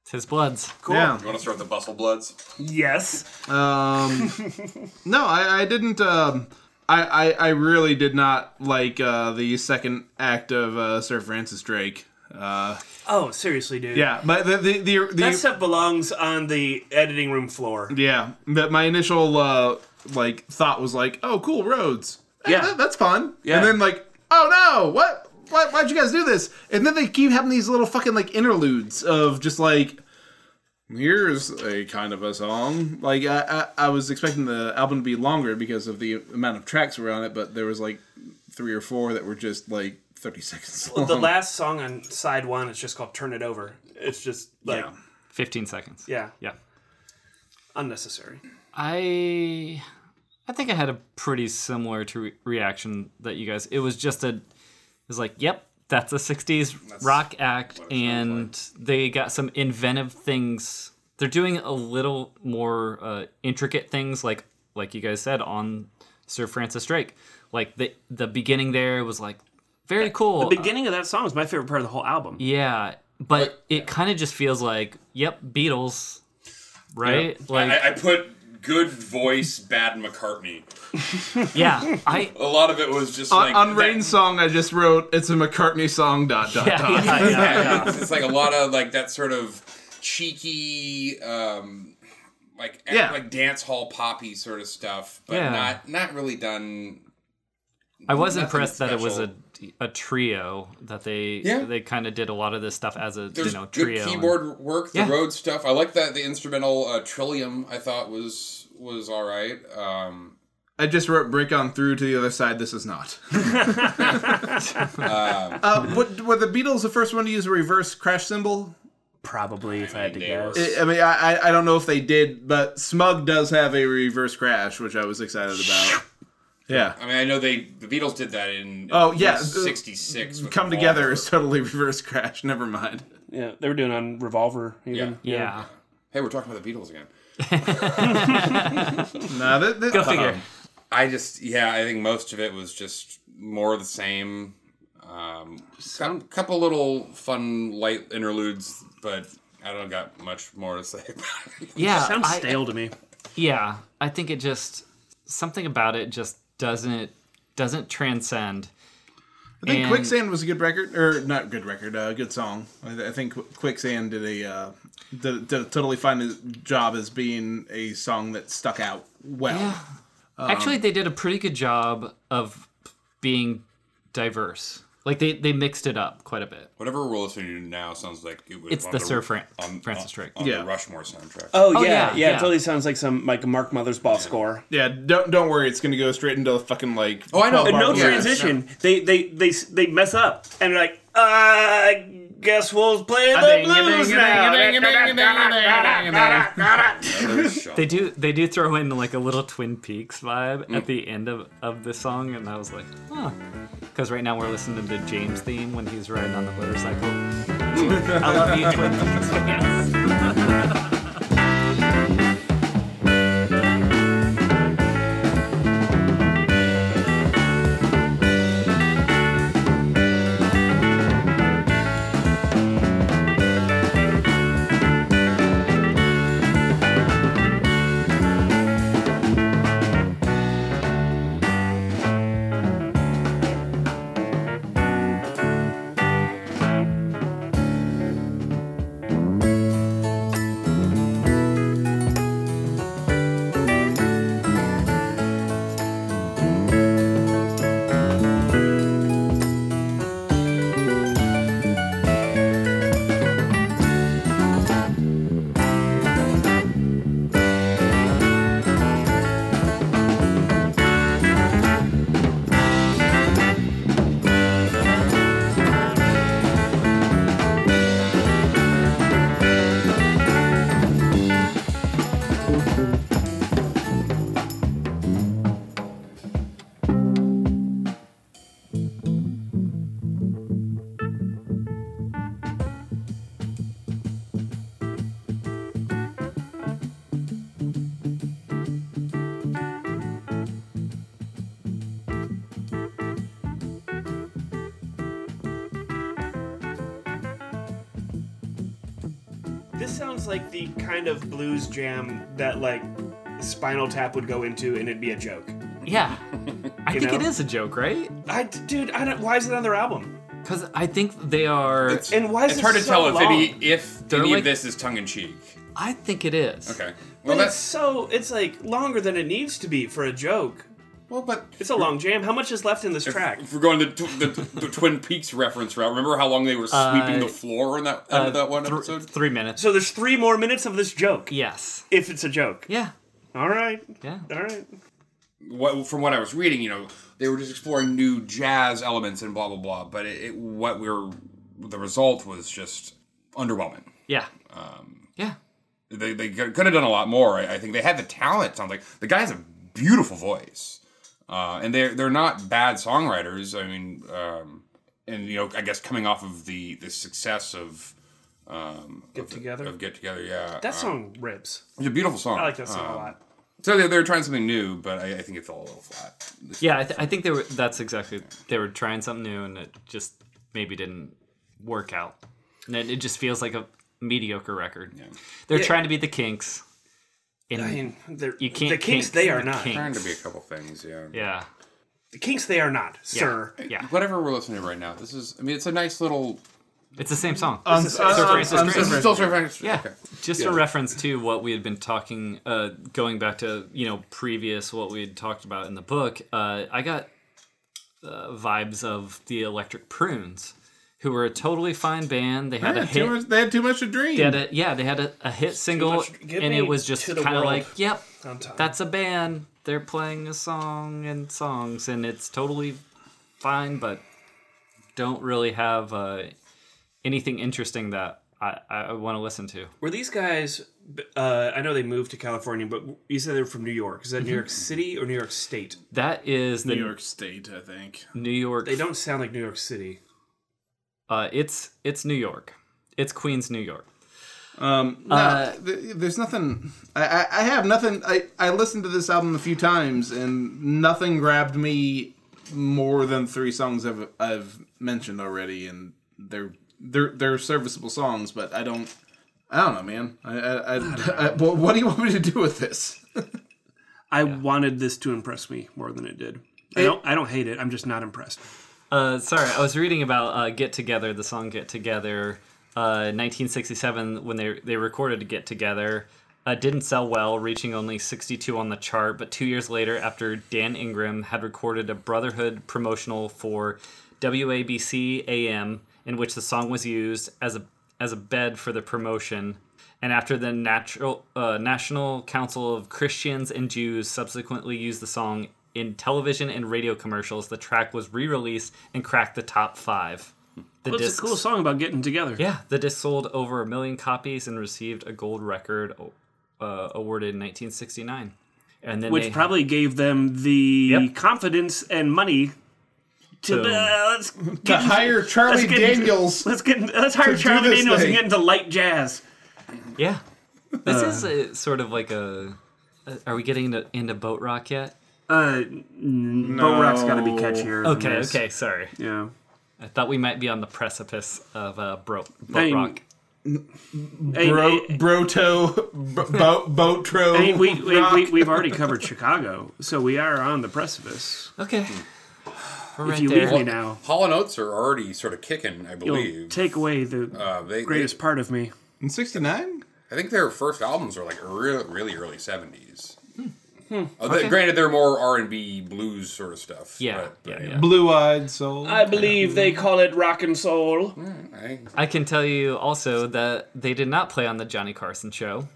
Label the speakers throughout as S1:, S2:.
S1: it's his bloods.
S2: Cool.
S3: Yeah.
S4: You want to start the Bustle Bloods?
S2: Yes.
S3: Um, no, I, I didn't. Um, I, I I really did not like uh, the second act of uh, Sir Francis Drake. Uh,
S2: Oh, seriously, dude.
S3: yeah, but the the the, the
S2: That stuff belongs on the editing room floor.
S3: Yeah, but my initial uh, like thought was like, "Oh, cool roads. Hey,
S2: Yeah.
S3: that- that's fun."
S2: Yeah.
S3: And then like, "Oh no, what? Why, why'd you guys do this?" And then they keep having these little fucking like interludes of just like, Here's a kind of a song. Like I, I, I was expecting the album to be longer because of the amount of tracks were on it, but there was like three or four that were just like thirty seconds long.
S2: The last song on side one is just called "Turn It Over." It's just like yeah,
S1: 15 seconds. Yeah.
S2: unnecessary.
S1: I I think I had a pretty similar to re- reaction that you guys. It was just a it was like, yep, that's a 60s rock act and they got some inventive things. They're doing a little more uh, intricate things like like you guys said on Sir Francis Drake. Like the the beginning there was like very cool.
S2: The beginning of that song is my favorite part of the whole album.
S1: yeah, but it kind of just feels like, yep, Beatles, right? Like
S4: I, I put good voice, bad McCartney.
S1: yeah, I
S4: A lot of it was just
S3: on,
S4: like
S3: on
S4: that-
S3: Rain's song, I just wrote it's a McCartney song. Dot dot
S1: yeah,
S3: dot.
S1: yeah, yeah.
S4: Yeah, it's, it's like a lot of like that sort of cheeky, um, like
S3: Yeah.
S4: like dance hall poppy sort of stuff, but
S1: Yeah.
S4: not not really done.
S1: I was
S4: Nothing
S1: impressed that it was a
S4: special.
S1: a trio that they
S4: Yeah.
S1: they kind of did a lot of this stuff as a
S4: There's
S1: you know
S4: good
S1: trio. and-
S4: keyboard work, the
S1: Yeah.
S4: Rhodes stuff. I like that the instrumental uh, Trillium. I thought was was all right. Um,
S3: I just wrote "Break on through to the other side." This is not. uh, what, were the Beatles the first one to use a reverse crash cymbal?
S2: Probably, if I, had to
S4: mean, they
S2: guess.
S4: were-
S3: I- I mean, I, I I don't know if they did, but Smug does have a reverse crash, which I was excited about. Yeah,
S4: I mean, I know they the Beatles did that in
S3: Oh, yeah, the-
S4: '66.
S3: come together is totally reverse crash. Never mind.
S2: yeah, they were doing on Revolver. Even.
S1: Yeah.
S4: Hey, we're talking about the Beatles again.
S3: No, that, that,
S1: go figure.
S4: I just, yeah, I think most of it was just more of the same. Um, some couple little fun light interludes, but I don't got much more to say. about it.
S1: yeah,
S2: Sounds
S1: I-
S2: stale to me.
S1: Yeah, I think it just something about it just doesn't doesn't transcend.
S3: I think
S1: And-
S3: Quicksand was a good record, or not good record, uh, good song. I, th- I think Qu- Quicksand did a uh, did, did a totally fine job as being a song that stuck out well.
S1: Yeah.
S4: Um,
S1: Actually, they did a pretty good job of being diverse. Like they they mixed it up quite a bit.
S4: Whatever we're listening to now sounds like it was
S1: It's
S4: on
S1: the Sir Fran- Francis
S4: on,
S1: Drake.
S4: on
S3: Yeah.
S4: the Rushmore soundtrack.
S2: Oh,
S1: yeah,
S2: yeah, yeah,
S1: yeah, yeah.
S2: It totally sounds like some like a Mark Mothersbaugh score.
S3: Yeah, don't don't worry, it's gonna go straight into the fucking like.
S4: Oh, I know.
S2: And no
S4: Yeah.
S2: transition. They they they they mess up and they're like, uh, I guess we'll play the blues now.
S1: They do they do throw in like a little Twin Peaks vibe
S4: Mm.
S1: at the end of, of the song, and I was like, huh. Because right now we're listening to James' theme when he's riding on the motorcycle. I love you, Twin Peaks fans.
S2: This sounds like the kind of blues jam that like Spinal Tap would go into, and it'd be a joke.
S1: Yeah, I
S2: You
S1: think it
S2: know?
S1: is a joke, right?
S2: I dude, I don't. Why is it on their album?
S1: Because I think they are.
S4: It's,
S2: And why is
S4: it's
S2: it
S4: hard to
S2: so
S4: tell if e-, any
S2: long?
S4: if
S1: They're
S4: any
S1: like-
S4: of this is tongue in cheek.
S1: I think it is.
S4: Okay.
S2: But
S4: Well,
S2: it's
S4: that's
S2: so it's like longer than it needs to be for a joke.
S4: Well, but
S2: It's a long jam. How much is left in this track?
S4: if we're going the, tw- the, the Twin Peaks reference route, remember how long they were
S2: Uh,
S4: sweeping the floor in that, end of that one
S1: Thr-
S4: episode?
S1: three minutes.
S2: So there's three more minutes of this joke.
S1: Yes.
S2: If it's a joke.
S1: Yeah.
S2: All right.
S1: Yeah.
S2: All right.
S4: what, from what I was reading, you know, they were just exploring new jazz elements and blah blah blah. But it, it, what we were, the result was just underwhelming.
S1: Yeah. Um, yeah.
S4: They, they could have done a lot more. I, I think they had the talent. it Sounds like the guy has a beautiful voice, uh, and they're they're not bad songwriters. I mean, um, and you know, I guess coming off of the the success of. Um, Get
S2: Together?
S4: of Get Together, yeah.
S1: Uh,
S2: That song rips.
S4: It's a beautiful song. Um,
S2: I like that
S1: um,
S2: song a lot.
S4: So they, they were trying something new, but I, I think it fell a little flat.
S1: Yeah. I, th- I think they were. That's exactly. They were trying something new, and it just maybe didn't work out. And it, it just feels like a mediocre record. They're trying to be the Kinks. And
S2: I mean, they're-
S1: you can't.
S2: the Kinks,
S1: kink
S2: they are
S1: the
S2: not.
S1: Kinks.
S4: Trying to be a couple things, yeah.
S1: Yeah.
S2: The Kinks, they are not, sir.
S1: Yeah.
S4: Whatever we're listening to right now, this is. I mean, it's a nice little.
S1: It's the same song.
S3: On,
S2: is-
S3: on-
S2: Sir
S3: on-
S1: Francis
S3: on-
S1: Drake.
S4: This is still Trey Francis.
S1: Yeah,
S4: Okay.
S1: just a reference to what we had been talking, uh, going back to you know previous what we had talked about in the book. Uh, I got uh, vibes of the Electric Prunes, who were a totally fine band. They had a
S3: Yeah, too
S1: hit.
S3: much, they had too much to dream.
S1: They had a, yeah, they had a, a hit single,
S2: much- give
S1: and
S2: me
S1: it was just
S2: to the
S1: kind of
S2: world Uh,
S1: like, yep,
S2: on time.
S1: that's a band. They're playing a song and songs, and it's totally fine, but don't really have uh, anything interesting that I, I want to listen to.
S2: Were these guys? Uh, I know they moved to California, but you said they're from New York. Is that
S1: Mm-hmm.
S2: New York City or New York State?
S1: That is the
S3: New York State, I think.
S1: New York.
S2: They don't sound like New York City.
S1: Uh, it's it's New York. It's Queens, New York.
S3: Um, no, th- there's nothing. I, I, I have nothing. I, I listened to this album a few times, and nothing grabbed me more than three songs I've I've mentioned already, and they're they're they're serviceable songs, but I don't. I don't know, man. I, I, I, I- well, what do you want me to do with this?
S2: I wanted this to impress me more than it did. I don't. I don't hate it. I'm just not impressed.
S1: Uh, sorry, I was reading about uh, Get Together, the song Get Together, uh, 1967, when they, they recorded Get Together. Uh, didn't sell well, reaching only 62 on the chart, but two years later, after Dan Ingram had recorded a Brotherhood promotional for WABC AM, in which the song was used as a as a bed for the promotion, and after the natural uh, National Council of Christians and Jews subsequently used the song in television and radio commercials, the track was re-released and cracked the top five. The
S2: It's
S1: discs,
S2: a cool song about getting together.
S1: yeah, the disc sold over a million copies and received a gold record uh, awarded in 1969. And then
S2: which
S1: they,
S2: probably gave them the
S1: Yep.
S2: confidence and money to
S1: Boom.
S2: uh, let's
S3: To
S2: get,
S3: hire Charlie
S2: get-
S3: Daniels.
S2: let's get let's hire
S3: do
S2: Charlie
S3: this
S2: Daniels
S3: thing.
S2: and get into light jazz.
S1: yeah, this
S2: Uh.
S1: is a, sort of like a. uh, Are we getting into, into boat rock yet?
S2: Uh, no. Boat Rock's got to be catchier. than
S1: Okay,
S2: this.
S1: okay, sorry.
S2: Yeah.
S1: I thought we might be on the precipice of uh, bro, boat
S2: Hey,
S1: rock.
S2: Hey,
S3: Bro,
S2: hey,
S3: broto, b- boat, boat tro.
S2: hey, we, we, we, we've already covered Chicago, so we are on the precipice.
S1: Okay, we're
S2: if
S1: right
S2: you
S1: there.
S2: leave me now,
S4: Hall and Oates are already sort of kicking, I
S2: you'll
S4: believe.
S2: take away the
S4: uh, they,
S2: greatest part of me.
S3: In '69.
S4: They, I think their first albums were like really, really early seventies.
S1: Hmm.
S4: Uh, they- Granted, they're more R and B blues sort of stuff.
S1: yeah,
S4: but-
S1: yeah,
S4: but
S1: yeah.
S3: Blue-eyed soul.
S2: believe they call it rock and soul.
S4: I,
S1: I can tell you also that they did not play on the Johnny Carson show.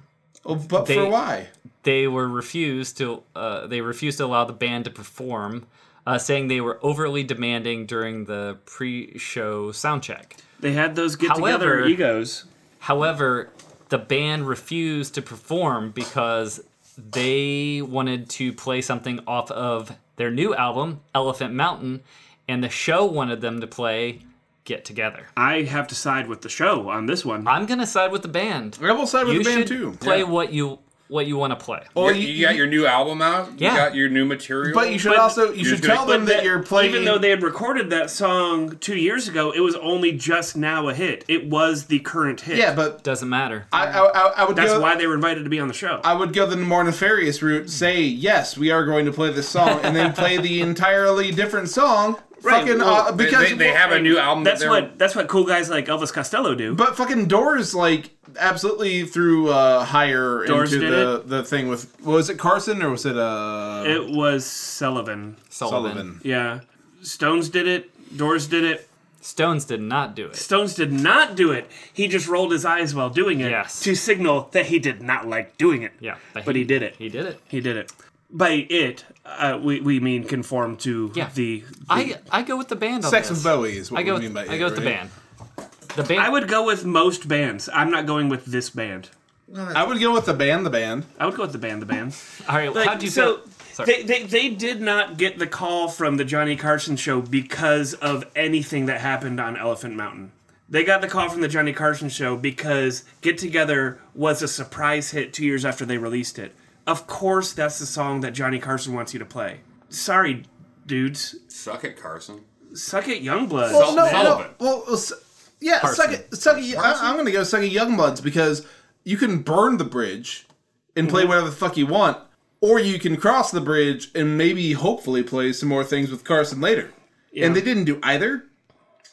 S3: oh, but
S1: they-
S3: for why?
S1: they were refused to uh, they refused to allow the band to perform, uh, saying they were overly demanding during the pre-show soundcheck.
S2: They had those get
S1: However-
S2: together egos.
S1: However, the band refused to perform because they wanted to play something off of their new album Elephant Mountain, and the show wanted them to play Get Together.
S2: I have to side with the show on this one.
S1: I'm gonna side with the band.
S3: I will side with
S1: you
S3: the
S1: should
S3: band too.
S1: play what you what you want to play.
S3: Or
S4: you, you got your new album out. You
S1: Yeah.
S4: got your new material.
S3: But you should also you should
S4: just gonna-
S3: tell them
S2: But
S3: that, you're playing.
S2: Even though they had recorded that song two years ago, it was only just now a hit. It was the current hit.
S3: yeah, but
S1: Doesn't matter.
S3: I I, I, I would
S2: that's
S3: go.
S2: why they were invited to be on the show.
S3: I would go the more nefarious route. Say yes, we are going to play this song, and then play the entirely different song.
S2: Right,
S3: Fucking
S2: well,
S3: uh,
S4: They-
S3: because
S4: they, they have a new album. that
S2: that's
S4: they're-
S2: what that's what cool guys like Elvis Costello do.
S3: But fucking Doors like absolutely threw uh, higher
S2: Doors
S3: into
S2: did
S3: the, the thing with was it Carson or was it uh
S2: It was Sullivan.
S1: Sullivan.
S3: Sullivan?
S2: Yeah. Stones did it. Doors did it.
S1: Stones did not do it.
S2: Stones did not do it. He just rolled his eyes while doing it
S1: Yes.
S2: to signal that he did not like doing it.
S1: Yeah,
S2: But he did it.
S1: He did it.
S2: He did it. By it, uh, we, we mean conform to
S1: Yeah.
S2: the.
S1: I I go with the band. On
S3: Sex
S1: this.
S3: with Bowie is what
S1: I go.
S3: we
S1: With,
S3: mean by
S1: I
S3: it,
S1: go with the
S3: right?
S1: band. The band.
S2: I would go with most bands. I'm not going with this band.
S3: I would go with the band. The band.
S2: I would go with the band, the band.
S1: all right.
S2: Like,
S1: how do you
S2: so
S1: feel? Sorry.
S2: They, they they did not get the call from the Johnny Carson show because of anything that happened on Elephant Mountain. They got the call from the Johnny Carson show because Get Together was a surprise hit two years after they released it. Of course, that's the song that Johnny Carson wants you to play. Sorry, dudes.
S4: Suck it, Carson.
S2: Suck it, Youngblood.
S3: Well, no, no.
S4: Sullivan.
S3: Well, well, s- yeah,
S1: Carson.
S3: suck it, suck it. I, am gonna go suck it, Youngbloods, because you can burn the bridge and play whatever the fuck you want, or you can cross the bridge and maybe, hopefully, play some more things with Carson later. And they didn't do either.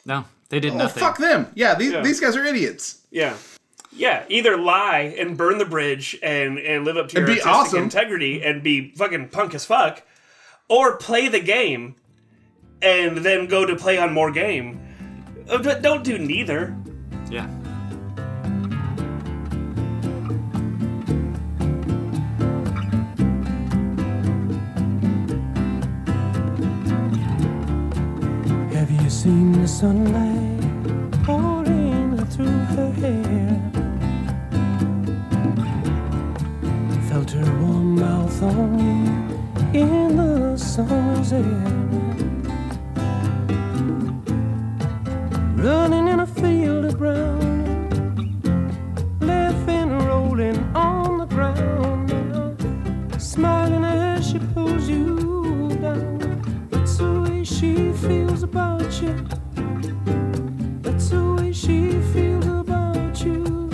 S1: no, they
S2: Oh,
S1: did
S3: Well,
S1: nothing.
S3: fuck them. Yeah, these, these guys are idiots.
S2: Yeah. Yeah, either lie and burn the bridge and, and live up to your
S3: be
S2: artistic
S3: awesome.
S2: integrity and be fucking punk as fuck, or play the game and then go to play on more game. Uh, d- Don't do neither.
S1: Yeah.
S5: Have you seen the sunlight pouring through her hair? Felt her warm mouth on me in the summer's air. Running in a field of brown, laughing, rolling on the ground, smiling as she pulls you down. That's the way she feels about you. That's the way she feels about you.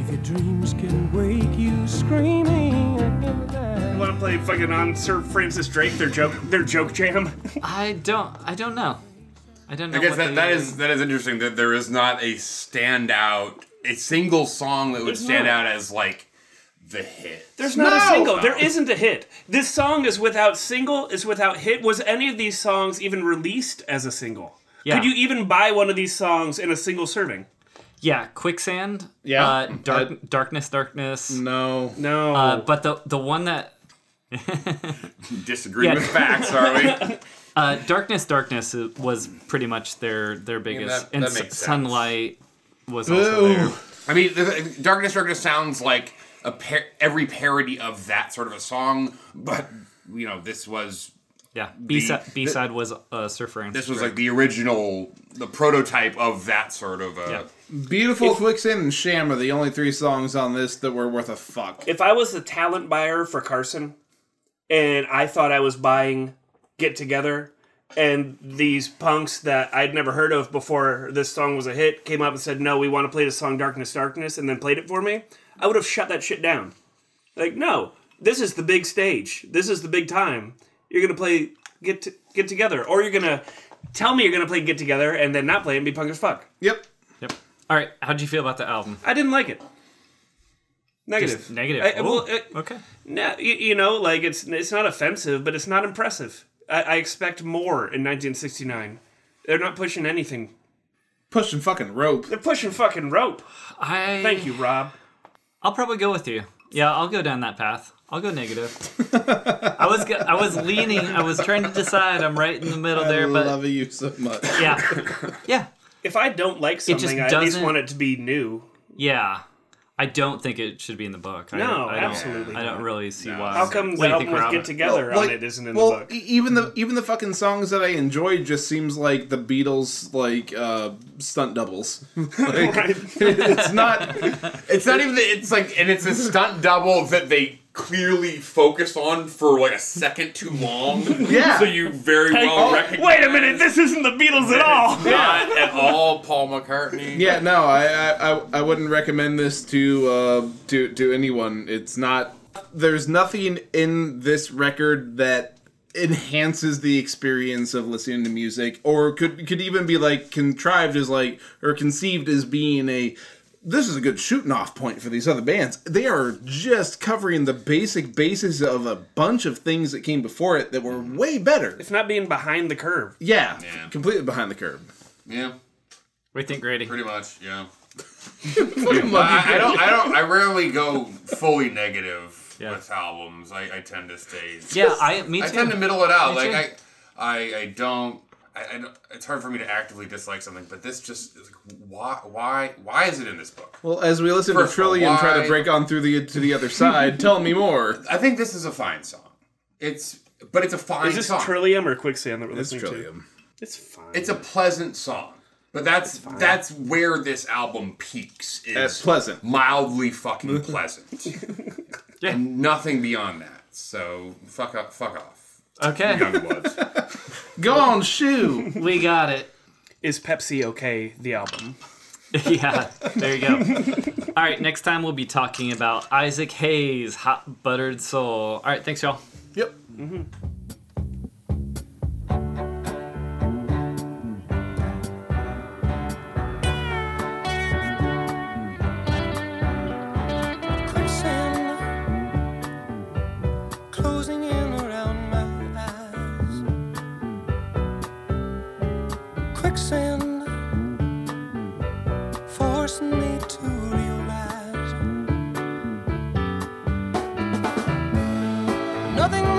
S5: If your dreams can wake you screaming in the night.
S2: You want to play fucking on Sir Francis Drake, their joke, their joke jam?
S1: I don't. I don't know. I don't know.
S4: I guess
S1: what
S4: that,
S1: they-
S4: that is that is interesting that there is not a standout a single song that would stand
S2: not.
S4: out as like the hit.
S2: There's not a
S3: No!
S2: single. There isn't a hit. This song is without single, is without hit. Was any of these songs even released as a single?
S1: Yeah.
S2: Could you even buy one of these songs in a single serving?
S1: Yeah. Quicksand.
S3: Yeah.
S1: Uh, dark,
S3: Uh,
S1: darkness. Darkness.
S3: No.
S2: No.
S1: Uh, but the the one that
S4: Disagree
S1: Yeah.
S4: with facts, are we?
S1: uh, darkness darkness was pretty much their their biggest
S4: that
S1: and
S4: makes sense.
S1: sunlight was also
S3: Boo.
S1: there.
S4: I mean, the, Darkness Darkness sounds like a par- every parody of that sort of a song, but you know, this was
S1: Yeah, B side
S4: the-
S1: B side was uh, Sir Francis.
S4: this was
S1: Drake.
S4: like the original, the prototype of that sort of a.
S1: Yeah.
S3: Beautiful Quicksand and Sham are the only three songs on this that were worth a fuck.
S2: if I was the talent buyer for Carson and I thought I was buying Get Together and these punks that I'd never heard of before this song was a hit came up and said, No, we want to play the song Darkness, Darkness, and then played it for me, I would have shut that shit down. Like, no, this is the big stage. This is the big time. You're going to play Get, to- get Together, or you're going to tell me you're going to play Get Together and then not play it and be punk as fuck.
S3: Yep.
S1: Yep. All right, how'd you feel about the album?
S2: I didn't like it. Negative.
S1: Just negative. Oh.
S2: I- I- well,
S1: Ooh,
S2: it-
S1: okay.
S2: No, you, you know, like it's it's not offensive, but it's not impressive. I, I expect more in 1969. They're not pushing anything.
S3: Pushing fucking rope.
S2: They're pushing fucking rope.
S1: I
S2: Thank you, Rob.
S1: I'll probably go with you. Yeah, I'll go down that path. I'll go negative. I was go- I was leaning. I was trying to decide. I'm right in the middle
S3: I
S1: there, but
S3: love you so much.
S1: yeah, yeah,
S2: If I don't like
S1: just
S2: something, I at least
S1: doesn't-
S2: want it to be new.
S1: yeah. I don't think it should be in the book. I
S2: No,
S1: don't, I don't,
S2: absolutely
S1: I don't
S2: not.
S1: really see why.
S2: How
S1: What do
S2: come the
S1: you think,
S2: album with
S1: Rob?
S2: Get Together
S3: Well,
S2: on it isn't in
S3: well,
S2: the book?
S3: e- even the even the fucking songs that I enjoy just seems like the Beatles like uh, stunt doubles. Like, It's not.
S4: It's not even. The, it's like, and it's a stunt double that they clearly focus on for like a second too long.
S3: Yeah.
S4: So you very well
S3: oh,
S4: recognize.
S2: Wait a minute, this isn't the Beatles at all.
S4: Not at all, Paul McCartney.
S3: Yeah, no, I I, I, I wouldn't recommend this to uh, to to anyone. It's not. There's nothing in this record that enhances the experience of listening to music or could could even be like contrived as like or conceived as being a this is a good shooting off point for these other bands. They are just covering the basic basis of a bunch of things that came before it that were way better.
S2: It's not being behind the curve.
S3: Yeah,
S4: Yeah.
S3: completely behind the curve.
S4: Yeah,
S1: What do you think, Grady?
S4: pretty much. Yeah. I, I don't. I don't. I rarely go fully negative
S1: Yeah.
S4: with albums. I, I tend to stay.
S1: Yeah, I me too.
S4: I tend to middle it out.
S1: Me
S4: Like I,
S1: too.
S4: I, I don't. I, I don't, it's hard for me to actively dislike something, but this just is like, why, why, why is it in this book?
S3: Well, as we listen
S4: First
S3: to
S4: of all,
S3: Trillion try to
S4: why-
S3: break on through the to the other side, tell me more.
S4: I think this is a fine song. It's, but it's a fine
S2: Is this
S4: song.
S2: Trillium or Quicksand that we're
S3: It's
S2: listening to?
S3: Trillium.
S2: It's fine.
S4: it's a pleasant song, but that's that's where this album peaks. Is
S3: That's pleasant.
S4: mildly fucking pleasant, and nothing beyond that. So fuck up, fuck off,
S1: okay,
S4: young bloods.
S3: Go on, shoe.
S1: we got it.
S2: Is Pepsi okay? The album.
S1: yeah, there you go. All right, next time we'll be talking about Isaac Hayes' Hot Buttered Soul. All right, thanks, y'all.
S3: yep.
S5: Quicksand closing in around my eyes. Quicksand forcing me to realize nothing